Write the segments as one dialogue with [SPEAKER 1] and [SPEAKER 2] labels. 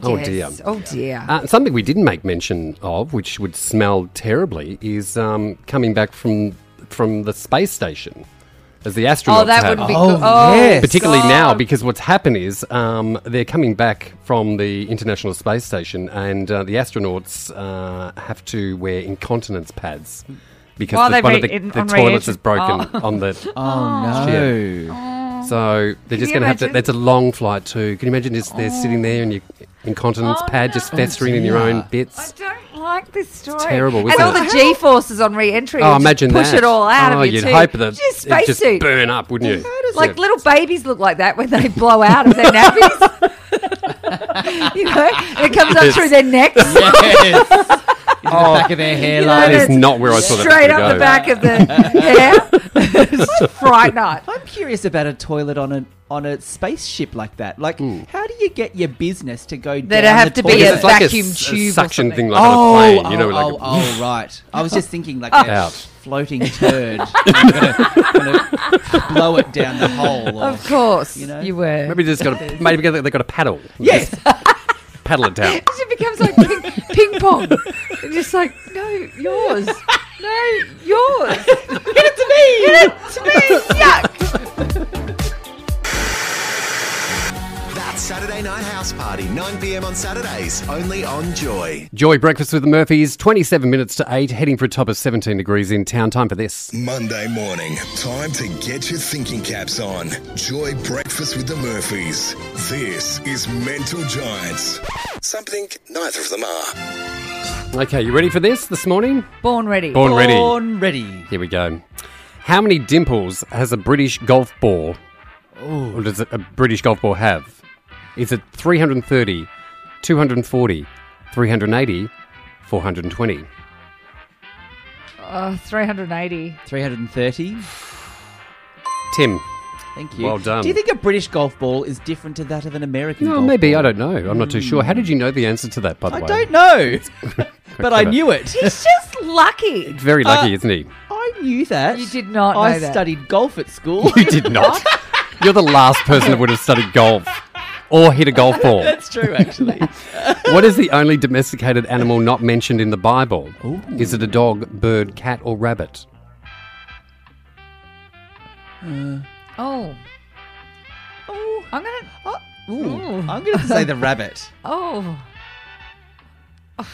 [SPEAKER 1] Oh dear.
[SPEAKER 2] Yes. Oh dear.
[SPEAKER 1] Uh, something we didn't make mention of, which would smell terribly, is um, coming back from from the space station as the astronauts
[SPEAKER 2] oh, that
[SPEAKER 1] have.
[SPEAKER 2] wouldn't be
[SPEAKER 3] Oh,
[SPEAKER 2] good. Oh,
[SPEAKER 3] yes.
[SPEAKER 1] Particularly
[SPEAKER 2] God.
[SPEAKER 1] now, because what's happened is um, they're coming back from the International Space Station, and uh, the astronauts uh, have to wear incontinence pads because
[SPEAKER 4] While
[SPEAKER 1] the-
[SPEAKER 4] they've
[SPEAKER 1] one of
[SPEAKER 4] re-
[SPEAKER 1] the,
[SPEAKER 4] in-
[SPEAKER 1] the
[SPEAKER 4] on
[SPEAKER 1] toilets
[SPEAKER 4] radiation-
[SPEAKER 1] is broken on the.
[SPEAKER 3] Oh,
[SPEAKER 1] shit.
[SPEAKER 3] no.
[SPEAKER 1] So they're just
[SPEAKER 4] you
[SPEAKER 1] going to have to.
[SPEAKER 4] imagine?
[SPEAKER 1] That's a long flight too. Can you imagine? Just they're sitting there and your incontinence
[SPEAKER 2] Oh,
[SPEAKER 1] pad just festering in your own bits.
[SPEAKER 4] I don't like this story.
[SPEAKER 1] terrible,
[SPEAKER 4] And
[SPEAKER 1] isn't
[SPEAKER 4] all
[SPEAKER 1] it?
[SPEAKER 4] the
[SPEAKER 2] G forces on re entry.
[SPEAKER 1] Oh, imagine
[SPEAKER 2] push
[SPEAKER 1] that.
[SPEAKER 2] it all out
[SPEAKER 1] oh,
[SPEAKER 2] of you.
[SPEAKER 1] you'd
[SPEAKER 2] too.
[SPEAKER 1] hope that
[SPEAKER 2] Just
[SPEAKER 1] it'd just
[SPEAKER 2] spacesuit.
[SPEAKER 1] burn up, wouldn't you?
[SPEAKER 2] Like
[SPEAKER 1] Yeah.
[SPEAKER 2] little babies look like that when they blow out of their nappies. you know, and it comes up
[SPEAKER 1] Yes.
[SPEAKER 2] through their necks.
[SPEAKER 3] Yes. In the
[SPEAKER 1] Oh,
[SPEAKER 3] back of their
[SPEAKER 1] That
[SPEAKER 3] hairline.
[SPEAKER 2] Yeah,
[SPEAKER 1] is not where I saw that
[SPEAKER 2] Straight
[SPEAKER 1] picture
[SPEAKER 2] up the
[SPEAKER 1] go.
[SPEAKER 2] back of the hair. it's fright night.
[SPEAKER 3] I'm curious about a toilet on a on a spaceship like that. Like, how do you get your business to go
[SPEAKER 2] That'd
[SPEAKER 3] down
[SPEAKER 2] have
[SPEAKER 3] the
[SPEAKER 2] to be
[SPEAKER 3] toilet?
[SPEAKER 2] a
[SPEAKER 1] Because it's like
[SPEAKER 2] vacuum
[SPEAKER 1] s-
[SPEAKER 2] tube or
[SPEAKER 1] suction thing
[SPEAKER 2] something.
[SPEAKER 1] like on a plane, you know, like
[SPEAKER 3] oh,
[SPEAKER 1] a-
[SPEAKER 3] oh, right. I was just thinking
[SPEAKER 2] Oh.
[SPEAKER 3] like a
[SPEAKER 1] Out.
[SPEAKER 3] floating turd. I'm gonna, gonna blow it down the hole. Or,
[SPEAKER 2] Of course, you,
[SPEAKER 3] You know?
[SPEAKER 2] were.
[SPEAKER 1] maybe they just got a, maybe they they got a paddle.
[SPEAKER 3] yes.
[SPEAKER 1] Just paddle it down.
[SPEAKER 2] It just becomes like ping, ping pong. It's just like, no, yours. No, yours. Get it to me. Get it to me. Yuck.
[SPEAKER 5] That's Saturday Night House Party, 9 p.m. on Saturdays, only on Joy.
[SPEAKER 1] Joy breakfast with the Murphys. Twenty-seven minutes to eight. Heading for a top of seventeen degrees in town. Time for this.
[SPEAKER 6] Monday morning, time to get your thinking caps on. Joy breakfast with the Murphys. This is Mental Giants. Something neither of them are.
[SPEAKER 1] Okay, you ready for this this morning?
[SPEAKER 2] Born ready.
[SPEAKER 1] Born ready.
[SPEAKER 3] Born ready.
[SPEAKER 1] Here we go. How many dimples has a British golf ball? Or does a British golf ball have? Is it 330, 240, 380, 420?
[SPEAKER 2] Oh, 380.
[SPEAKER 3] 330.
[SPEAKER 1] Tim,
[SPEAKER 3] Thank you.
[SPEAKER 1] Well done.
[SPEAKER 3] Do you think a British golf ball is different to that of an American
[SPEAKER 1] No,
[SPEAKER 3] golf
[SPEAKER 1] maybe.
[SPEAKER 3] ball?
[SPEAKER 1] I don't know. I'm not too sure. How did you know the answer to that, by the
[SPEAKER 3] I
[SPEAKER 1] way?
[SPEAKER 3] don't know. but I knew it.
[SPEAKER 2] He's just lucky.
[SPEAKER 1] Very lucky,
[SPEAKER 3] Uh,
[SPEAKER 1] isn't he?
[SPEAKER 3] I knew that.
[SPEAKER 2] You did not know
[SPEAKER 3] I
[SPEAKER 2] that.
[SPEAKER 3] studied golf at school.
[SPEAKER 1] You did not. You're the last person that would have studied golf or hit a golf ball.
[SPEAKER 3] That's true, actually.
[SPEAKER 1] What is the only domesticated animal not mentioned in the Bible? Is it a dog, bird, cat, or rabbit?
[SPEAKER 2] Oh.
[SPEAKER 3] oh,
[SPEAKER 2] I'm going to.
[SPEAKER 3] oh, ooh, I'm going to say the rabbit.
[SPEAKER 2] Oh. Oh,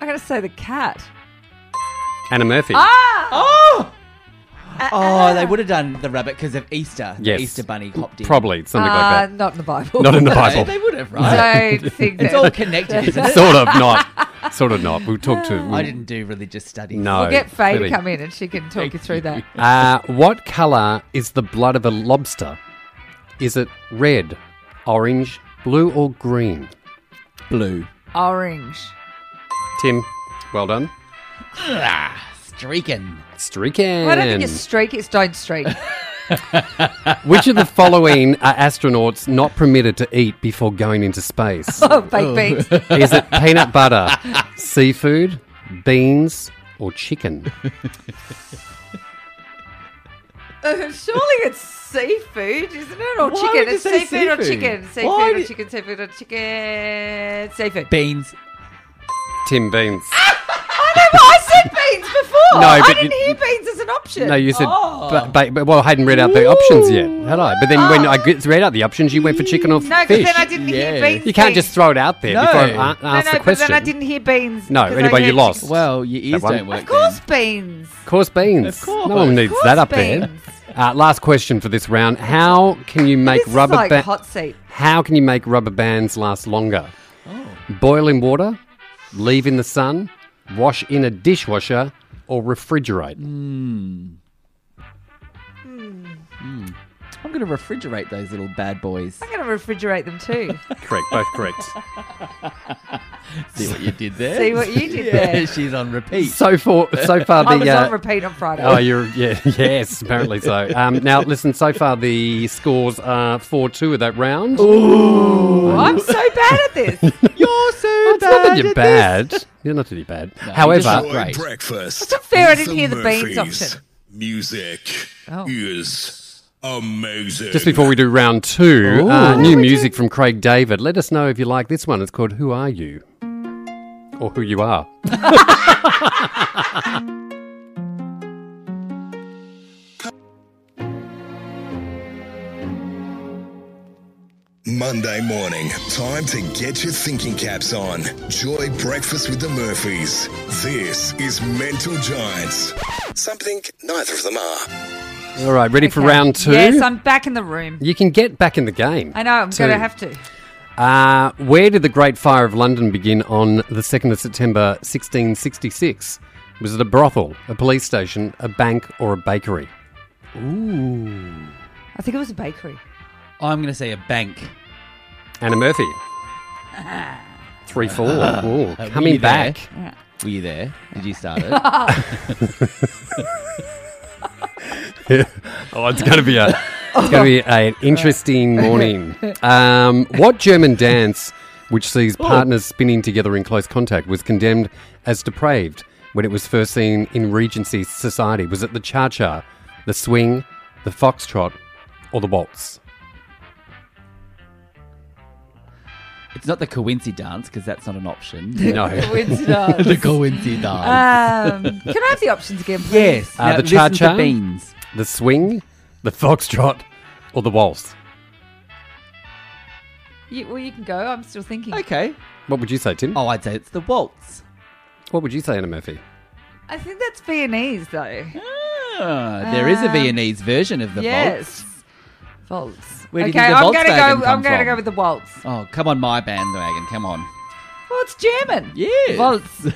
[SPEAKER 2] I'm going to say the cat.
[SPEAKER 1] Anna Murphy.
[SPEAKER 2] Ah!
[SPEAKER 3] Oh!
[SPEAKER 2] Uh,
[SPEAKER 3] Oh, they would have done the rabbit because of Easter. The
[SPEAKER 1] Yes.
[SPEAKER 3] Easter bunny hopped in. Um,
[SPEAKER 1] Probably something
[SPEAKER 2] Uh,
[SPEAKER 1] like
[SPEAKER 2] not in the Bible.
[SPEAKER 1] that. Not in the
[SPEAKER 3] Right?
[SPEAKER 1] Bible.
[SPEAKER 3] They would have, right?
[SPEAKER 2] Don't think that.
[SPEAKER 3] it's all connected, isn't it?
[SPEAKER 1] sort of not. Sort of not. We'll talk to.
[SPEAKER 3] I didn't do religious studies.
[SPEAKER 1] No.
[SPEAKER 2] We'll get Faye
[SPEAKER 1] really.
[SPEAKER 2] to come in and she can talk you through that.
[SPEAKER 1] Uh, what colour is the blood of a lobster? Is it red, orange, blue, or green?
[SPEAKER 3] Blue.
[SPEAKER 2] Orange.
[SPEAKER 1] Tim, well done.
[SPEAKER 3] Streaking.
[SPEAKER 1] Streaking.
[SPEAKER 2] I don't think it's streak, it's don't streak.
[SPEAKER 1] Which of the following are astronauts not permitted to eat before going into space?
[SPEAKER 2] Oh, baked beans.
[SPEAKER 1] Is it peanut butter, seafood, beans, or chicken?
[SPEAKER 2] Uh, Surely it's seafood, isn't it? Or
[SPEAKER 3] Why would
[SPEAKER 2] chicken?
[SPEAKER 3] you
[SPEAKER 2] It's
[SPEAKER 3] say
[SPEAKER 2] seafood, or
[SPEAKER 3] seafood?
[SPEAKER 2] chicken. Seafood
[SPEAKER 3] Why
[SPEAKER 2] or
[SPEAKER 3] did-
[SPEAKER 2] chicken, seafood or chicken. Seafood.
[SPEAKER 3] Beans.
[SPEAKER 1] Tim Beans.
[SPEAKER 2] no, but I said beans before.
[SPEAKER 1] No,
[SPEAKER 2] I
[SPEAKER 1] but
[SPEAKER 2] didn't
[SPEAKER 1] you-
[SPEAKER 2] hear beans as an option.
[SPEAKER 1] No, you said,
[SPEAKER 2] Oh.
[SPEAKER 1] but, but, but- well, I hadn't read out the options yet, had I? But then when I g- read out the options, you went for chicken or
[SPEAKER 2] Oh. No, because
[SPEAKER 1] fish.
[SPEAKER 2] then I didn't hear
[SPEAKER 3] Yeah.
[SPEAKER 2] beans.
[SPEAKER 1] you can't
[SPEAKER 2] beans.
[SPEAKER 1] just throw it out there
[SPEAKER 3] No.
[SPEAKER 1] before I a-
[SPEAKER 3] No,
[SPEAKER 1] ask
[SPEAKER 2] no, no,
[SPEAKER 1] the question.
[SPEAKER 2] but then I didn't hear beans.
[SPEAKER 1] No,
[SPEAKER 2] 'cause I
[SPEAKER 1] anyway, you
[SPEAKER 2] heard
[SPEAKER 1] lost.
[SPEAKER 2] chicken.
[SPEAKER 3] Well, your ears
[SPEAKER 1] That one.
[SPEAKER 3] don't work.
[SPEAKER 2] Of course,
[SPEAKER 3] then.
[SPEAKER 2] beans.
[SPEAKER 1] Of course, beans.
[SPEAKER 3] Of course.
[SPEAKER 1] No one needs
[SPEAKER 2] Of course
[SPEAKER 1] that up
[SPEAKER 2] beans.
[SPEAKER 1] there. Uh, last question for this round: How can you make
[SPEAKER 2] This is
[SPEAKER 1] rubber
[SPEAKER 2] like
[SPEAKER 1] ba-
[SPEAKER 2] hot seat.
[SPEAKER 1] How can you make rubber bands last longer?
[SPEAKER 2] Oh.
[SPEAKER 1] Boil in water, leave in the sun, wash in a dishwasher,
[SPEAKER 2] Mm.
[SPEAKER 1] or refrigerate.
[SPEAKER 3] I'm going to refrigerate those little bad boys.
[SPEAKER 2] I'm going to refrigerate them too.
[SPEAKER 1] Correct, both correct.
[SPEAKER 3] See what you did there.
[SPEAKER 2] See what you did
[SPEAKER 3] Yeah,
[SPEAKER 2] there.
[SPEAKER 3] she's on repeat.
[SPEAKER 1] So for so far the
[SPEAKER 2] I was
[SPEAKER 1] uh,
[SPEAKER 2] on repeat on Friday.
[SPEAKER 1] Oh, you're yeah, yes, apparently so. Um, now listen, so far the scores are four two of that round.
[SPEAKER 2] I'm so bad at this.
[SPEAKER 3] You're so
[SPEAKER 1] it's not that you're bad. You're not really bad. However,
[SPEAKER 6] Joy
[SPEAKER 3] Great.
[SPEAKER 6] breakfast.
[SPEAKER 2] It's not fair, I
[SPEAKER 6] with
[SPEAKER 2] didn't hear the beans
[SPEAKER 6] Murphys.
[SPEAKER 2] option.
[SPEAKER 6] Music
[SPEAKER 2] Oh.
[SPEAKER 6] is amazing.
[SPEAKER 1] just before we do round two, uh, new music from Craig David. Let us know if you like this one. It's called "Who Are You," or "Who You Are."
[SPEAKER 6] Monday morning, time to get your thinking caps on. Joy breakfast with the Murphys. This is Mental Giants. Something neither of them are.
[SPEAKER 1] All right, ready for
[SPEAKER 2] Okay.
[SPEAKER 1] round two?
[SPEAKER 2] Yes, I'm back in the room.
[SPEAKER 1] you can get back in the game.
[SPEAKER 2] I know, I'm
[SPEAKER 1] too.
[SPEAKER 2] going to have to.
[SPEAKER 1] Uh, where did the Great Fire of London begin on the 2nd of September 1666? Was it a brothel, a police station, a bank, or a bakery?
[SPEAKER 2] I think it was a bakery.
[SPEAKER 3] I'm going to say a bank.
[SPEAKER 1] Anna Murphy. 3 4. Ooh,
[SPEAKER 3] Uh, were
[SPEAKER 1] coming
[SPEAKER 3] you there?
[SPEAKER 1] back.
[SPEAKER 3] Were you there? Did you start it?
[SPEAKER 1] Oh, it's going to be a. It's going to be an interesting morning. Um, what German dance, which sees partners spinning together in close contact, was condemned as depraved when it was first seen in Regency society? Was it the cha cha, the swing, the foxtrot, or the waltz?
[SPEAKER 3] it's not the Coincy dance because that's not an option.
[SPEAKER 1] No.
[SPEAKER 3] the
[SPEAKER 2] Coincidence.
[SPEAKER 3] Coincy dance.
[SPEAKER 2] um, can I have the options again, please?
[SPEAKER 3] yes.
[SPEAKER 1] Uh,
[SPEAKER 3] now
[SPEAKER 1] the
[SPEAKER 3] listen to
[SPEAKER 1] cha-cha?
[SPEAKER 3] beans.
[SPEAKER 1] the swing, the foxtrot, or the waltz?
[SPEAKER 2] You, well, you can go. I'm still thinking.
[SPEAKER 3] Okay.
[SPEAKER 1] What would you say, Tim?
[SPEAKER 3] Oh, I'd say it's the waltz.
[SPEAKER 1] What would you say, Anna Murphy?
[SPEAKER 2] I think that's Viennese, though.
[SPEAKER 3] Ah, there is a Viennese version of the
[SPEAKER 2] Uh, yes. Waltz.
[SPEAKER 3] Where do you
[SPEAKER 2] okay,
[SPEAKER 3] think the
[SPEAKER 2] I'm
[SPEAKER 3] waltz
[SPEAKER 2] going to
[SPEAKER 3] wagon
[SPEAKER 2] go. I'm
[SPEAKER 3] come
[SPEAKER 2] going to
[SPEAKER 3] from?
[SPEAKER 2] go with the waltz.
[SPEAKER 3] waltz. Oh, come on, my bandwagon. Come on.
[SPEAKER 2] Well, it's German.
[SPEAKER 3] Yes.
[SPEAKER 2] Waltz.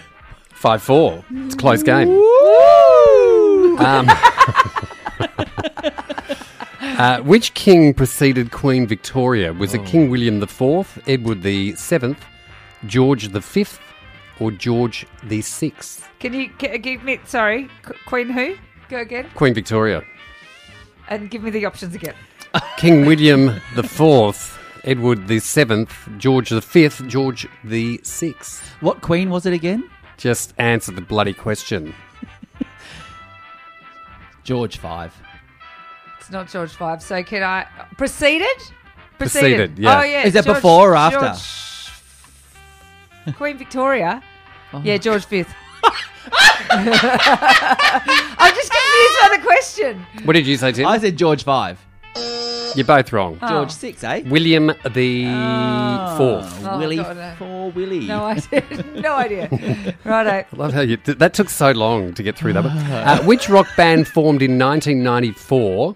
[SPEAKER 1] 5 4. It's a close game.
[SPEAKER 3] Woo!
[SPEAKER 1] Um, uh, which king preceded Queen Victoria? Was it King William IV, Edward VII, George V, or George VI?
[SPEAKER 2] Can you ca- give me? Sorry, Qu- Queen who? Go again
[SPEAKER 1] Queen Victoria.
[SPEAKER 2] and give me the options again.
[SPEAKER 1] King William IV, Edward VII, George V, George VI.
[SPEAKER 3] What queen was it again?
[SPEAKER 1] Just answer the bloody question.
[SPEAKER 3] George Five.
[SPEAKER 2] It's not George Five. So can I preceded?
[SPEAKER 1] Preceded, yeah.
[SPEAKER 2] Oh yeah.
[SPEAKER 3] Is that
[SPEAKER 2] George-
[SPEAKER 3] before or after?
[SPEAKER 2] George- Queen Victoria.
[SPEAKER 1] Oh.
[SPEAKER 2] Yeah, George Fifth. I'm just confused by the question.
[SPEAKER 1] What did you say, Tim?
[SPEAKER 3] I said George Five.
[SPEAKER 1] You're both wrong.
[SPEAKER 2] Oh.
[SPEAKER 3] George Six, eh?
[SPEAKER 1] William the Fourth.
[SPEAKER 3] Oh, Willie
[SPEAKER 2] God, no.
[SPEAKER 3] for Willie.
[SPEAKER 2] No idea. no idea. Righto.
[SPEAKER 1] I love how you did, that took so long to get through that one. Uh, which rock band formed in 1994?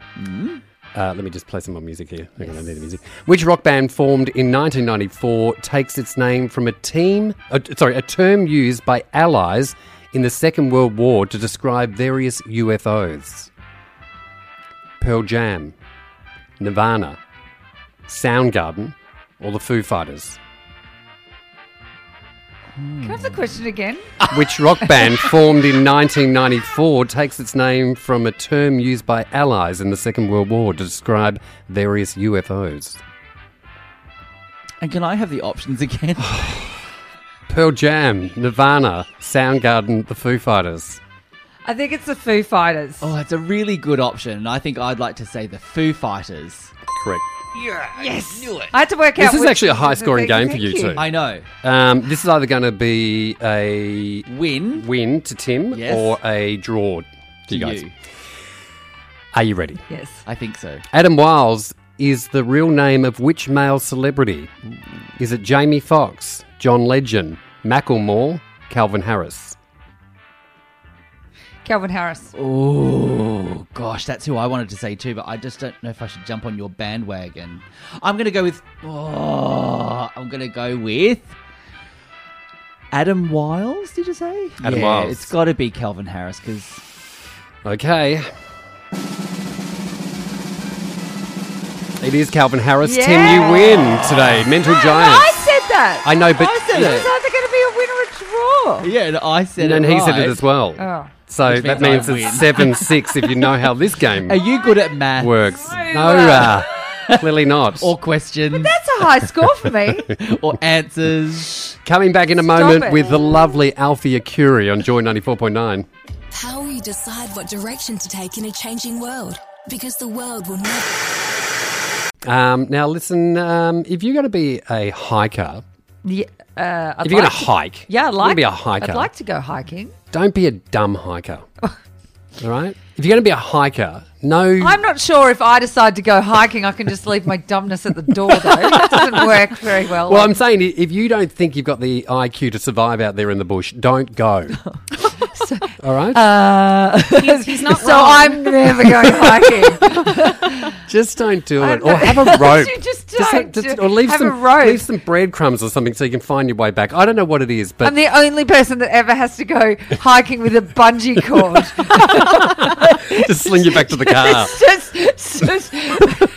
[SPEAKER 1] Uh, let me just play some more music here. Hang on, I need the music. Which rock band formed in 1994 takes its name from a team, uh, sorry, a term used by allies in the Second World War to describe various UFOs? Pearl Jam, Nirvana, Soundgarden, or the Foo Fighters? Hmm.
[SPEAKER 2] Can I have the question again?
[SPEAKER 1] Which rock band formed in 1994 takes its name from a term used by allies in the Second World War to describe various UFOs?
[SPEAKER 3] And can I have the options again?
[SPEAKER 1] Pearl Jam, Nirvana, Soundgarden, The Foo Fighters.
[SPEAKER 2] I think it's the Foo Fighters.
[SPEAKER 3] oh, it's a really good option, and I think I'd like to say the Foo Fighters.
[SPEAKER 1] Correct.
[SPEAKER 2] yes. I, had to work
[SPEAKER 1] This
[SPEAKER 2] out.
[SPEAKER 1] is
[SPEAKER 2] which-
[SPEAKER 1] actually a high-scoring game for
[SPEAKER 2] Thank
[SPEAKER 1] you two.
[SPEAKER 3] I know.
[SPEAKER 1] Um, this is either going to be a
[SPEAKER 3] Win.
[SPEAKER 1] win to Tim
[SPEAKER 3] Yes.
[SPEAKER 1] or a draw to you guys. Are you ready?
[SPEAKER 2] Yes.
[SPEAKER 3] I think so.
[SPEAKER 1] Adam Wiles is the real name of which male celebrity? Is it Jamie Foxx, John Legend, Macklemore, Calvin Harris?
[SPEAKER 2] Calvin Harris.
[SPEAKER 3] Oh gosh, that's who I wanted to say too, but I just don't know if I should jump on your bandwagon. I'm gonna go with. Oh, I'm gonna go with. Adam Wiles, did you say?
[SPEAKER 1] Adam
[SPEAKER 3] yeah,
[SPEAKER 1] Wiles.
[SPEAKER 3] It's got to be Calvin Harris because
[SPEAKER 1] Okay. It is Calvin Harris.
[SPEAKER 2] Yeah.
[SPEAKER 1] Tim, you win today. Mental
[SPEAKER 2] No,
[SPEAKER 1] Giants.
[SPEAKER 2] I said that.
[SPEAKER 1] I know, but
[SPEAKER 3] I said
[SPEAKER 2] It's
[SPEAKER 3] it.
[SPEAKER 2] either going to be a win or a draw.
[SPEAKER 3] Yeah, and I said
[SPEAKER 1] and,
[SPEAKER 3] it.
[SPEAKER 1] and he said
[SPEAKER 3] right.
[SPEAKER 1] it as well.
[SPEAKER 2] Oh.
[SPEAKER 1] So
[SPEAKER 3] Which
[SPEAKER 1] that
[SPEAKER 3] means
[SPEAKER 1] means
[SPEAKER 3] I
[SPEAKER 1] it's seven six if you know how this game
[SPEAKER 3] Are you good at math?
[SPEAKER 1] works.
[SPEAKER 2] So,
[SPEAKER 1] No,
[SPEAKER 2] uh,
[SPEAKER 1] uh, clearly not.
[SPEAKER 3] Or questions?
[SPEAKER 2] That's a high score for me.
[SPEAKER 3] or answers?
[SPEAKER 1] Coming back in a moment
[SPEAKER 2] it.
[SPEAKER 1] with the lovely Althea Curie on Joy ninety four point nine.
[SPEAKER 4] How we decide what direction to take in a changing world. Because the world will never.
[SPEAKER 1] Um, now listen, um, if you're going to be a hiker,
[SPEAKER 2] Yeah, uh, I'd
[SPEAKER 1] if you're going
[SPEAKER 2] like
[SPEAKER 1] to
[SPEAKER 2] to-
[SPEAKER 1] hike,
[SPEAKER 2] Yeah, I'd
[SPEAKER 1] you wanna
[SPEAKER 2] like
[SPEAKER 1] be a hiker.
[SPEAKER 2] I'd like to go hiking.
[SPEAKER 1] Don't be a dumb hiker. All right. If you're going to be a hiker, no.
[SPEAKER 2] I'm not sure if I decide to go hiking, I can just leave my dumbness at the door, though. That doesn't work very well.
[SPEAKER 1] well, I'm saying i- if you don't think you've got the IQ to survive out there in the bush, don't go. All right.
[SPEAKER 2] uh,
[SPEAKER 7] He's, he's not
[SPEAKER 2] so I'm never going hiking.
[SPEAKER 1] Just don't do
[SPEAKER 2] I
[SPEAKER 1] it,
[SPEAKER 2] know.
[SPEAKER 1] or have a rope.
[SPEAKER 2] You just
[SPEAKER 1] ha-
[SPEAKER 2] don't do-
[SPEAKER 1] or leave
[SPEAKER 2] have a
[SPEAKER 1] some
[SPEAKER 2] rope.
[SPEAKER 1] leave some breadcrumbs or something so you can find your way back. I don't know what it is, but
[SPEAKER 2] I'm the only person that ever has to go hiking with a bungee cord.
[SPEAKER 1] just sling you back to the car.
[SPEAKER 2] It's just, it's just- okay,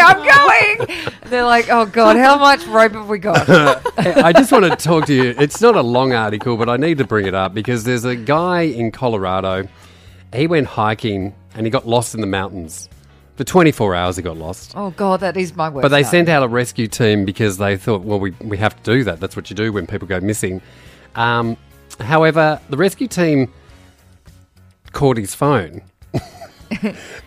[SPEAKER 2] I'm going. And they're like, oh god, how much rope have we got?
[SPEAKER 1] I just want to talk to you. It's not a long article, but I need to bring it up because there's a guy in Colorado. He went hiking and he got lost in the mountains. For 24 hours, he got lost.
[SPEAKER 2] Oh god, that is my worst.
[SPEAKER 1] But they
[SPEAKER 2] nightmare.
[SPEAKER 1] sent out a rescue team because they thought, well, we, we have to do that. That's what you do when people go missing. Um, however, the rescue team caught his phone.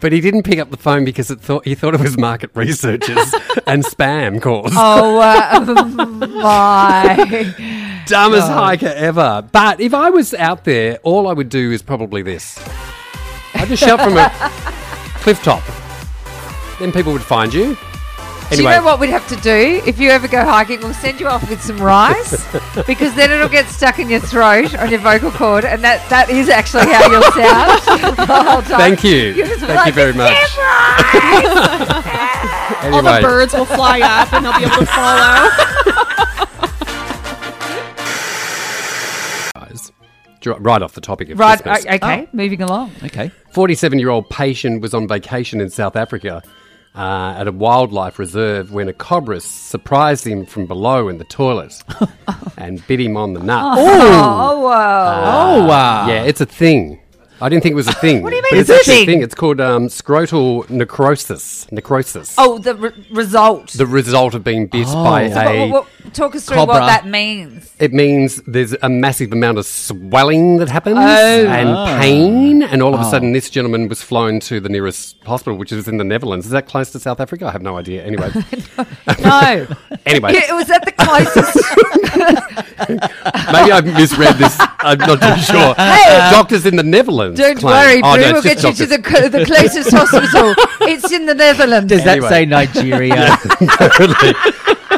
[SPEAKER 1] but he didn't pick up the phone because it thought he thought it was market researchers and spam calls.
[SPEAKER 2] Oh uh, my!
[SPEAKER 1] Dumbest hiker ever. But if I was out there, all I would do is probably this. I'd just shout from a cliff top. Then people would find you. Anyway,
[SPEAKER 2] Do you know what we'd have to do if you ever go hiking? We'll send you off with some rice because then it'll get stuck in your throat on your vocal cord, and that, that is actually how you'll sound the whole time.
[SPEAKER 1] Thank you.
[SPEAKER 2] You're just
[SPEAKER 1] Thank you
[SPEAKER 2] like,
[SPEAKER 1] very much.
[SPEAKER 7] All the
[SPEAKER 1] anyway,
[SPEAKER 7] birds will fly up and they'll be able to follow.
[SPEAKER 1] guys, dr- right off the topic of
[SPEAKER 2] Right.
[SPEAKER 1] Christmas.
[SPEAKER 2] o- Okay. Moving along.
[SPEAKER 3] Okay.
[SPEAKER 1] 47 year old patient was on vacation in South Africa uh, at a wildlife reserve when a cobra surprised him from below in the toilet and bit him on the nut.
[SPEAKER 2] Oh wow!
[SPEAKER 3] oh wow.
[SPEAKER 1] Yeah, it's a thing. I didn't think it was a thing. what
[SPEAKER 2] do you
[SPEAKER 1] but
[SPEAKER 2] mean
[SPEAKER 1] it's
[SPEAKER 2] it's a
[SPEAKER 1] actually
[SPEAKER 2] thing?
[SPEAKER 1] It's called um, scrotal necrosis. Necrosis.
[SPEAKER 2] Oh, the re- result.
[SPEAKER 1] The result of being bit by
[SPEAKER 3] So
[SPEAKER 1] a.
[SPEAKER 2] What- what- talk us through
[SPEAKER 3] Cobra.
[SPEAKER 2] what that means.
[SPEAKER 1] It means there's a massive amount of swelling that happens
[SPEAKER 2] Oh.
[SPEAKER 1] and pain, and all of a sudden, this gentleman was flown to the nearest hospital, which is in the Netherlands. Is that close to South Africa? I have no idea. Anyway,
[SPEAKER 2] No.
[SPEAKER 1] anyway,
[SPEAKER 2] Yeah, it was at the closest.
[SPEAKER 1] maybe I've misread this. I'm not too sure. doctors in the Netherlands.
[SPEAKER 2] Don't
[SPEAKER 1] claim-
[SPEAKER 2] worry,
[SPEAKER 1] Oh,
[SPEAKER 2] Prue.
[SPEAKER 1] no, it's
[SPEAKER 2] we'll get
[SPEAKER 1] just
[SPEAKER 2] you to
[SPEAKER 1] doctors.
[SPEAKER 2] the, co- the closest hospital. It's in the Netherlands.
[SPEAKER 3] Does that
[SPEAKER 1] Anyway.
[SPEAKER 3] say Nigeria?
[SPEAKER 1] Totally.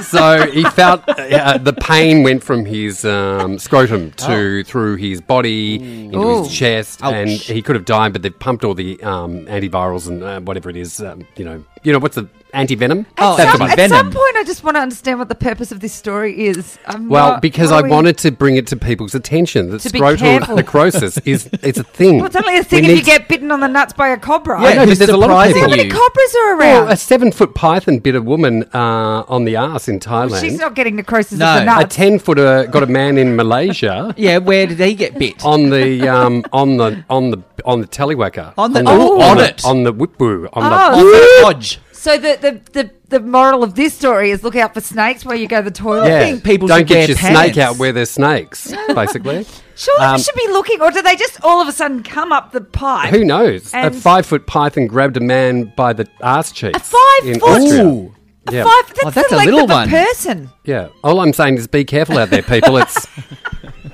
[SPEAKER 1] so he felt uh, the pain went from his um, scrotum to through his body into
[SPEAKER 2] Oh. Mm. Ooh.
[SPEAKER 1] his chest,
[SPEAKER 3] Ouch.
[SPEAKER 1] and he could have died, but they've pumped all the um, antivirals and uh, whatever it is. Um, you know, you know what's the anti venom?
[SPEAKER 3] Oh,
[SPEAKER 2] Some-
[SPEAKER 3] that's about
[SPEAKER 2] at some
[SPEAKER 3] venom.
[SPEAKER 2] point, I just want to understand what the purpose of this story is. I'm
[SPEAKER 1] Well,
[SPEAKER 2] not-
[SPEAKER 1] because
[SPEAKER 2] what
[SPEAKER 1] I
[SPEAKER 2] are we-
[SPEAKER 1] wanted to bring it to people's attention that
[SPEAKER 2] To be
[SPEAKER 1] scrotal
[SPEAKER 2] careful.
[SPEAKER 1] necrosis is it's a thing.
[SPEAKER 2] Well, it's only a
[SPEAKER 1] We
[SPEAKER 2] thing if you
[SPEAKER 1] need-
[SPEAKER 2] get bitten on the nuts by a cobra.
[SPEAKER 1] I know,
[SPEAKER 3] who's
[SPEAKER 1] but there's a lot of
[SPEAKER 3] surprising
[SPEAKER 1] people- How
[SPEAKER 2] How many
[SPEAKER 3] you?
[SPEAKER 2] cobras are around?
[SPEAKER 1] Well, a seven foot python bit a woman uh, on the ass in Thailand.
[SPEAKER 2] She's not getting necrosis
[SPEAKER 3] No.
[SPEAKER 2] of the
[SPEAKER 1] a
[SPEAKER 2] nuts.
[SPEAKER 1] ten footer got a man in Malaysia.
[SPEAKER 3] Yeah, where did they get bit?
[SPEAKER 1] on the um, on the on the on the telewacker
[SPEAKER 3] On the-
[SPEAKER 2] Oh.
[SPEAKER 1] on
[SPEAKER 3] on
[SPEAKER 1] the-
[SPEAKER 3] it.
[SPEAKER 1] on the whipboo on
[SPEAKER 2] Oh.
[SPEAKER 1] the
[SPEAKER 3] Dodge.
[SPEAKER 2] so the, the, the, the moral of this story is look out for snakes where you go to the toilet.
[SPEAKER 1] yeah.
[SPEAKER 3] think people
[SPEAKER 1] don't
[SPEAKER 3] should
[SPEAKER 1] get
[SPEAKER 3] wear
[SPEAKER 1] your snake
[SPEAKER 3] pants.
[SPEAKER 1] out where there's snakes basically
[SPEAKER 2] Surely
[SPEAKER 1] Um,
[SPEAKER 2] we should be looking, or do they just all of a sudden come up the pipe?
[SPEAKER 1] who knows
[SPEAKER 2] And-
[SPEAKER 1] a five foot python grabbed a man by the ass cheeks a
[SPEAKER 2] five
[SPEAKER 1] in
[SPEAKER 2] foot?
[SPEAKER 1] Austria
[SPEAKER 3] Ooh.
[SPEAKER 1] yeah
[SPEAKER 2] Five, that's,
[SPEAKER 3] Oh, that's
[SPEAKER 2] the
[SPEAKER 3] a
[SPEAKER 2] length
[SPEAKER 3] little
[SPEAKER 2] of a
[SPEAKER 3] one.
[SPEAKER 2] person.
[SPEAKER 1] yeah all I'm saying is be careful out there people it's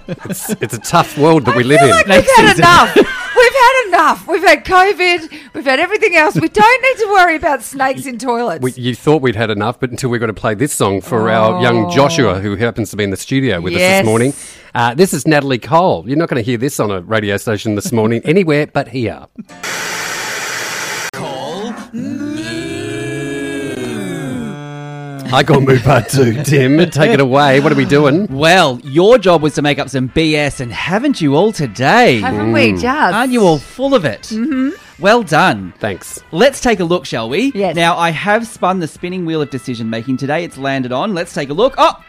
[SPEAKER 1] it's, it's a tough world that we live in
[SPEAKER 2] feel like
[SPEAKER 3] Next
[SPEAKER 2] we've had
[SPEAKER 3] season.
[SPEAKER 2] enough. We've had enough. We've had COVID. We've had everything else. We don't need to worry about snakes in toilets.
[SPEAKER 1] we, you thought we'd had enough, but until we're going to play this song for our young Joshua, who happens to be in the studio with us this
[SPEAKER 2] Yes.
[SPEAKER 1] morning. Uh, this is Natalie Cole. You're not going to hear this on a radio station this morning anywhere but here. I got mood part two, Tim. Take it away. What are we doing?
[SPEAKER 3] Well, your job was to make up some BS, and haven't you all today?
[SPEAKER 2] Haven't we just?
[SPEAKER 3] Mm. Aren't you all full of it? Mm-hmm. Well done.
[SPEAKER 1] Thanks.
[SPEAKER 3] Let's take a look, shall we?
[SPEAKER 2] Yes.
[SPEAKER 3] Now, I have spun the spinning wheel of decision making today. It's landed on. Let's take a look. Oh,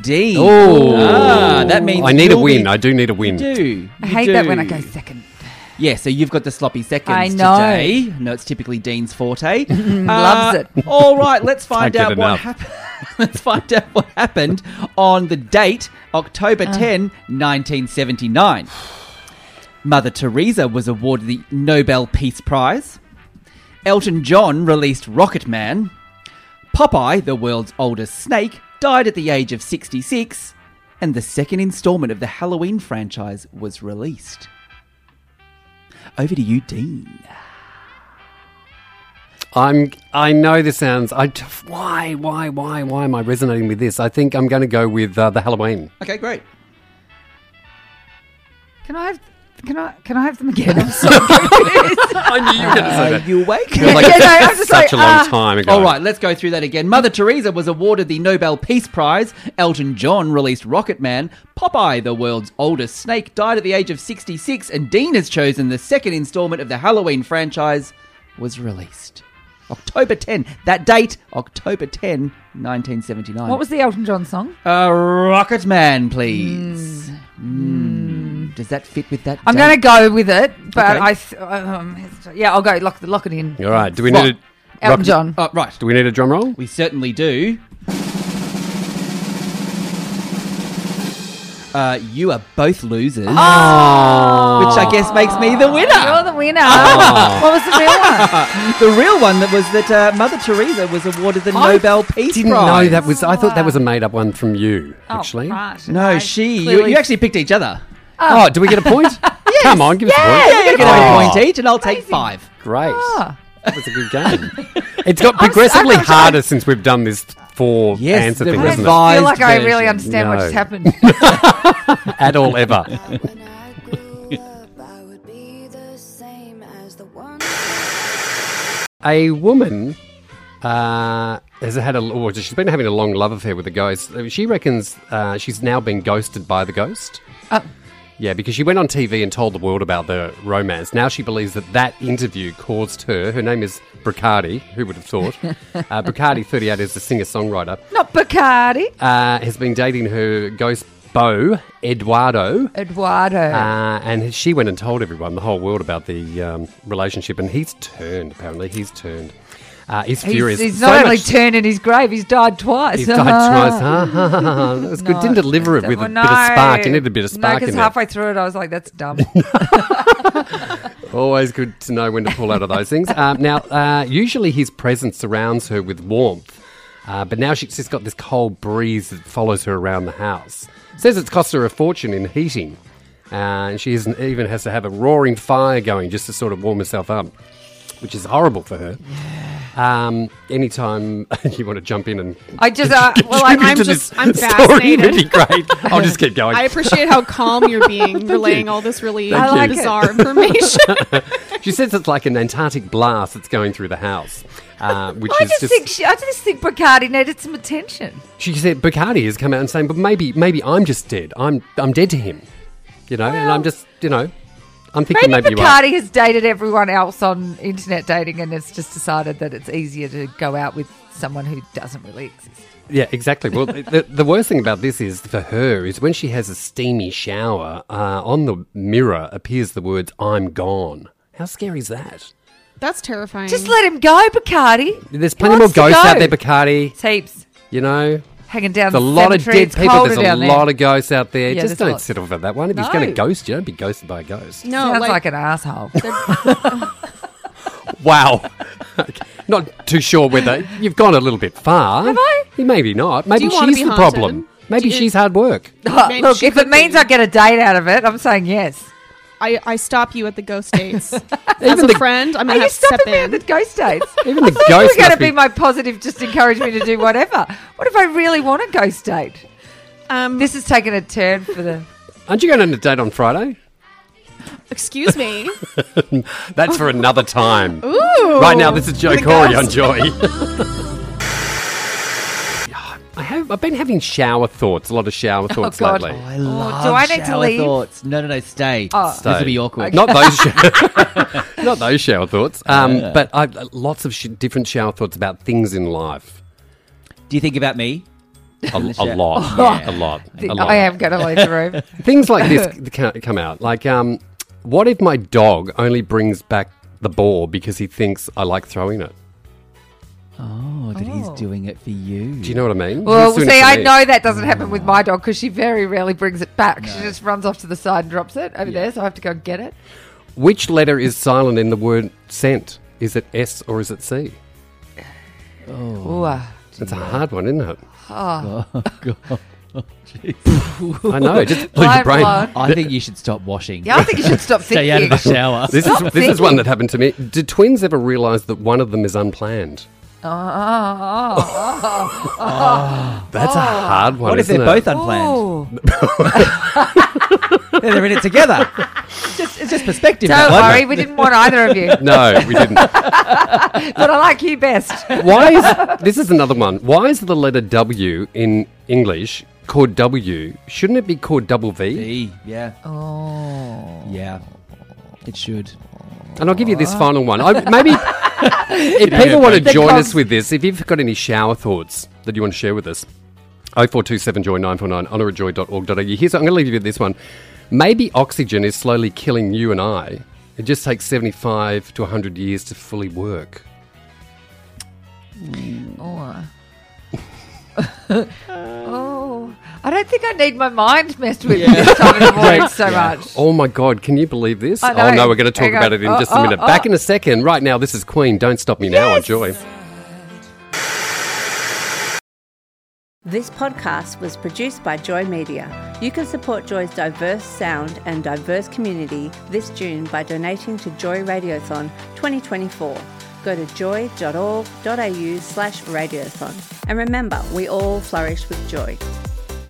[SPEAKER 3] D.
[SPEAKER 1] Oh.
[SPEAKER 3] Ah, that means
[SPEAKER 1] I need a
[SPEAKER 3] you'll
[SPEAKER 1] win.
[SPEAKER 3] be-
[SPEAKER 1] I do need a win.
[SPEAKER 3] You do. You
[SPEAKER 2] I hate that when I
[SPEAKER 3] do.
[SPEAKER 2] go second.
[SPEAKER 3] Yeah, so you've got the sloppy seconds
[SPEAKER 2] I know.
[SPEAKER 3] today. No, it's typically Dean's forte. Uh,
[SPEAKER 2] Loves it.
[SPEAKER 3] All right, let's find
[SPEAKER 1] Can't
[SPEAKER 3] out
[SPEAKER 1] get
[SPEAKER 3] what
[SPEAKER 1] enough.
[SPEAKER 3] happened. let's find out what happened on the date October 10, 1979. Mother Teresa was awarded the Nobel Peace Prize. Elton John released Rocket Man. Popeye, the world's oldest snake, died at the age of 66. And the second installment of the Halloween franchise was released. Over to you, Dean.
[SPEAKER 1] I'm. I know this sounds. I. t- Why? Why? Why? Why am I resonating with this? I think I'm going to go with uh, the Halloween.
[SPEAKER 3] Okay, great.
[SPEAKER 2] Can I have? Can I? Can I have them again? I'm so confused.
[SPEAKER 1] I knew you were going to say
[SPEAKER 3] Are
[SPEAKER 1] that.
[SPEAKER 3] you awake?
[SPEAKER 1] Feel like
[SPEAKER 2] Yeah, no, I'm
[SPEAKER 1] it's
[SPEAKER 2] just
[SPEAKER 1] Uh, such
[SPEAKER 2] like,
[SPEAKER 1] a long
[SPEAKER 3] uh,
[SPEAKER 2] ah.
[SPEAKER 1] time ago.
[SPEAKER 3] All right, let's go through that again. Mother Teresa was awarded the Nobel Peace Prize. Elton John released Rocket Man. Popeye, the world's oldest snake, died at the age of 66. And Dean has chosen the second installment of the Halloween franchise was released. October 10. That date, October 10, 1979.
[SPEAKER 2] what was the Elton John song?
[SPEAKER 3] Uh, Rocket Man, please. Mm. Does that fit with that?
[SPEAKER 2] Hmm. I'm
[SPEAKER 3] date?
[SPEAKER 2] going to go with it, but
[SPEAKER 3] Okay.
[SPEAKER 2] I. Th- um, hesitate. yeah, I'll go. Lock, lock it in.
[SPEAKER 1] All right. Do we
[SPEAKER 3] What?
[SPEAKER 1] need a
[SPEAKER 2] Elton
[SPEAKER 1] rock-
[SPEAKER 2] John.
[SPEAKER 3] Uh, right.
[SPEAKER 1] Do we need a drum roll?
[SPEAKER 3] We certainly do. Uh, you are both losers.
[SPEAKER 1] Oh.
[SPEAKER 3] Which I guess makes me the
[SPEAKER 2] You're
[SPEAKER 3] winner.
[SPEAKER 2] the winner.
[SPEAKER 1] Oh.
[SPEAKER 2] What was the real one? Oh,
[SPEAKER 3] The real one that was that uh, Mother Teresa was awarded the Nobel Peace
[SPEAKER 1] Didn't
[SPEAKER 3] Prize.
[SPEAKER 1] know that was. I thought that was a made up one from you. Actually.
[SPEAKER 2] Oh, right.
[SPEAKER 3] No,
[SPEAKER 2] I
[SPEAKER 3] she. You,
[SPEAKER 2] clearly-
[SPEAKER 3] you actually picked each other.
[SPEAKER 1] Oh, do we get a point? Come on, give us a point.
[SPEAKER 3] Ah. yeah, you get
[SPEAKER 1] Oh.
[SPEAKER 3] a point each, and I'll take five.
[SPEAKER 1] Great.
[SPEAKER 2] Ah.
[SPEAKER 1] That was a good game. It's got progressively
[SPEAKER 2] I'm sorry.
[SPEAKER 1] harder since we've done this four
[SPEAKER 3] Yes,
[SPEAKER 1] answer
[SPEAKER 3] the
[SPEAKER 1] thing,
[SPEAKER 2] I
[SPEAKER 1] hasn't
[SPEAKER 2] feel
[SPEAKER 1] it?
[SPEAKER 3] revised
[SPEAKER 2] like I really
[SPEAKER 3] version.
[SPEAKER 2] understand what
[SPEAKER 1] No.
[SPEAKER 2] just happened.
[SPEAKER 1] At all ever.
[SPEAKER 8] When I grew up, I would be the same as the one.
[SPEAKER 1] A woman uh, has had a or she's been having a long love affair with a ghost. She reckons uh, she's now been ghosted by the ghost.
[SPEAKER 2] Oh.
[SPEAKER 1] Yeah, because she went on TV and told the world about the romance. Now she believes that that interview caused her. Her name is Bricardi. Who would have thought? uh, Bricardi, 38, is a singer songwriter.
[SPEAKER 2] Not Bacardi.
[SPEAKER 1] uh, has been dating her ghost beau, Eduardo.
[SPEAKER 2] Eduardo.
[SPEAKER 1] Uh, and she went and told everyone, the whole world, about the um, relationship. And he's turned, apparently. He's turned. Uh, he's,
[SPEAKER 2] he's,
[SPEAKER 1] furious.
[SPEAKER 2] he's
[SPEAKER 1] So
[SPEAKER 2] not only
[SPEAKER 1] much-
[SPEAKER 2] turned in his grave, he's died twice.
[SPEAKER 1] He's died twice. Ha, ha, ha, ha. That was good. Didn't deliver it with a bit of spark. You needed a bit of
[SPEAKER 2] No,
[SPEAKER 1] spark
[SPEAKER 2] because
[SPEAKER 1] in there.
[SPEAKER 2] halfway through it, I was like, that's dumb.
[SPEAKER 1] Always good to know when to pull out of those things. Um, now, uh, usually his presence surrounds her with warmth, uh, but now she's just got this cold breeze that follows her around the house. Says it's cost her a fortune in heating, uh, and she isn't, even has to have a roaring fire going just to sort of warm herself up, which is horrible for her. Um, anytime you want to jump in and
[SPEAKER 2] I just, uh, well, I,
[SPEAKER 1] contribute
[SPEAKER 2] I'm
[SPEAKER 1] to
[SPEAKER 2] just,
[SPEAKER 1] this
[SPEAKER 7] I'm
[SPEAKER 1] story,
[SPEAKER 7] fascinated.
[SPEAKER 1] would be great. I'll just keep going.
[SPEAKER 7] I appreciate how calm you're being, relaying all this really
[SPEAKER 2] I like it.
[SPEAKER 7] bizarre information.
[SPEAKER 1] she says it's like an Antarctic blast that's going through the house, uh, which
[SPEAKER 2] I
[SPEAKER 1] is
[SPEAKER 2] just,
[SPEAKER 1] just
[SPEAKER 2] think she, I just think Bacardi needed some attention.
[SPEAKER 1] She said Bacardi has come out and saying, "But maybe, maybe I'm just dead. I'm, I'm dead to him, you know." and I'm just, you know, I'm thinking
[SPEAKER 2] Maybe,
[SPEAKER 1] maybe, you are.
[SPEAKER 2] Bacardi has dated everyone else on internet dating and has just decided that it's easier to go out with someone who doesn't really exist.
[SPEAKER 1] Yeah, exactly. Well, the, the worst thing about this is for her is when she has a steamy shower uh, on the mirror appears the words "I'm gone." How scary is that?
[SPEAKER 7] That's terrifying.
[SPEAKER 2] Just let him go, Bacardi.
[SPEAKER 1] There's
[SPEAKER 2] He
[SPEAKER 1] plenty more
[SPEAKER 2] wants to
[SPEAKER 1] ghosts out
[SPEAKER 2] go.
[SPEAKER 1] there, Bacardi.
[SPEAKER 2] It's heaps
[SPEAKER 1] You know,
[SPEAKER 2] hanging down.
[SPEAKER 1] there's a
[SPEAKER 2] the
[SPEAKER 1] lot of
[SPEAKER 2] cemetery.
[SPEAKER 1] dead
[SPEAKER 2] It's
[SPEAKER 1] people.
[SPEAKER 2] colder
[SPEAKER 1] There's a
[SPEAKER 2] down there.
[SPEAKER 1] lot of ghosts out there.
[SPEAKER 2] Yeah,
[SPEAKER 1] Just
[SPEAKER 2] there's
[SPEAKER 1] don't
[SPEAKER 2] lots.
[SPEAKER 1] settle for that one. If he's
[SPEAKER 2] No.
[SPEAKER 1] going to ghost you, don't be ghosted by a ghost.
[SPEAKER 7] no,
[SPEAKER 2] Sounds
[SPEAKER 7] Oh, like,
[SPEAKER 2] like an asshole.
[SPEAKER 1] Wow. not too sure whether you've gone a little bit far.
[SPEAKER 2] Have I?
[SPEAKER 1] Maybe not. Maybe
[SPEAKER 7] you wanna
[SPEAKER 1] she's
[SPEAKER 7] be
[SPEAKER 1] the
[SPEAKER 7] haunted?
[SPEAKER 1] problem.
[SPEAKER 7] Do
[SPEAKER 1] Maybe
[SPEAKER 7] you-
[SPEAKER 1] she's hard work.
[SPEAKER 7] Maybe
[SPEAKER 2] Look,
[SPEAKER 7] she
[SPEAKER 2] if it
[SPEAKER 7] could
[SPEAKER 2] means
[SPEAKER 7] be.
[SPEAKER 2] I get a date out of it, I'm saying yes.
[SPEAKER 7] I, I stop you at the ghost dates. As
[SPEAKER 1] Even
[SPEAKER 7] a
[SPEAKER 1] the-
[SPEAKER 7] friend, I'm
[SPEAKER 2] Are
[SPEAKER 7] gonna
[SPEAKER 2] you
[SPEAKER 7] have to step
[SPEAKER 2] stopping me at
[SPEAKER 7] in.
[SPEAKER 2] the ghost dates?
[SPEAKER 1] Even the
[SPEAKER 2] I thought you
[SPEAKER 1] ghost
[SPEAKER 2] were going
[SPEAKER 1] must
[SPEAKER 2] to be
[SPEAKER 1] be-
[SPEAKER 2] my positive, just encourage me to do whatever. What if I really want a ghost date?
[SPEAKER 7] Um,
[SPEAKER 2] This is taking a turn for the.
[SPEAKER 1] Aren't you going on a date on Friday?
[SPEAKER 7] excuse me.
[SPEAKER 1] That's for another time. Right now, this is Joe Corey on Joy. I've been having shower thoughts, a lot of shower thoughts
[SPEAKER 2] God.
[SPEAKER 1] lately.
[SPEAKER 3] I love
[SPEAKER 2] I need to
[SPEAKER 3] shower
[SPEAKER 2] leave?
[SPEAKER 3] thoughts. No, no, no, stay. This
[SPEAKER 1] Stay.
[SPEAKER 3] will be awkward.
[SPEAKER 1] Not those, sho- not those shower thoughts. Um, But I've lots of sh- different shower thoughts about things in life.
[SPEAKER 3] Do you think about me?
[SPEAKER 1] A, a lot, a lot, a lot.
[SPEAKER 2] I am going to leave the room.
[SPEAKER 1] Things like this ca- come out. Like, um, what if my dog only brings back the ball because he thinks I like throwing it?
[SPEAKER 3] Oh, that he's doing it for you.
[SPEAKER 1] Do you know what I mean?
[SPEAKER 2] Well,
[SPEAKER 1] He's doing it
[SPEAKER 2] see,
[SPEAKER 1] for
[SPEAKER 2] I
[SPEAKER 1] me.
[SPEAKER 2] know that doesn't happen with my dog because she very rarely brings it back. She just runs off to the side and drops it over there, so I have to go and get it.
[SPEAKER 1] Which letter is silent in the word sent? Is it S or is it C?
[SPEAKER 2] Ooh, ah.
[SPEAKER 1] That's a hard one, isn't it? I know. Just blew your
[SPEAKER 2] Mind
[SPEAKER 1] brain.
[SPEAKER 2] blown.
[SPEAKER 3] I think you should stop washing.
[SPEAKER 2] Yeah, I think you should stop
[SPEAKER 3] Stay out of
[SPEAKER 2] thinking.
[SPEAKER 3] the shower.
[SPEAKER 1] This is,
[SPEAKER 2] Stop
[SPEAKER 1] this is one
[SPEAKER 2] thinking.
[SPEAKER 1] that happened to me. Do twins ever realise that one of them is unplanned?
[SPEAKER 2] Oh,
[SPEAKER 1] That's a hard one.
[SPEAKER 3] what if
[SPEAKER 1] isn't
[SPEAKER 3] they're
[SPEAKER 1] it?
[SPEAKER 3] both unplanned?
[SPEAKER 2] Ooh.
[SPEAKER 3] Then they're in it together. It's just, it's just perspective.
[SPEAKER 2] Don't
[SPEAKER 3] that one.
[SPEAKER 2] worry, we didn't want either of you,
[SPEAKER 1] No, we didn't.
[SPEAKER 2] but I like you best.
[SPEAKER 1] Why is this is another one? Why is the letter W in English called W? Shouldn't it be called double V?
[SPEAKER 3] E, Yeah. Oh. Yeah. It should.
[SPEAKER 1] And I'll give you this final one. I, maybe if people want to
[SPEAKER 2] The
[SPEAKER 1] join
[SPEAKER 2] cons-
[SPEAKER 1] us with this, if you've got any shower thoughts that you want to share with us, 0427 joy 949 honour at joy.org.au. Here's I'm going to leave you with this one. Maybe oxygen is slowly killing you and I. It just takes 75 to 100 years to fully work.
[SPEAKER 2] Oh, I don't think I need my mind messed with this time in the morning so much.
[SPEAKER 1] Oh my God, can you believe this?
[SPEAKER 2] I
[SPEAKER 1] Oh
[SPEAKER 2] know.
[SPEAKER 1] no, we're going to talk
[SPEAKER 2] Hang on.
[SPEAKER 1] about it in
[SPEAKER 2] Oh,
[SPEAKER 1] just a
[SPEAKER 2] oh,
[SPEAKER 1] minute.
[SPEAKER 2] oh.
[SPEAKER 1] Back in a second. Right now, this is Queen. Don't stop me now on Joy.
[SPEAKER 9] This podcast was produced by Joy Media. You can support Joy's diverse sound and diverse community this June by donating to Joy Radiothon 2024. Go to joy.org.au slash radiothon. And remember, we all flourish with joy.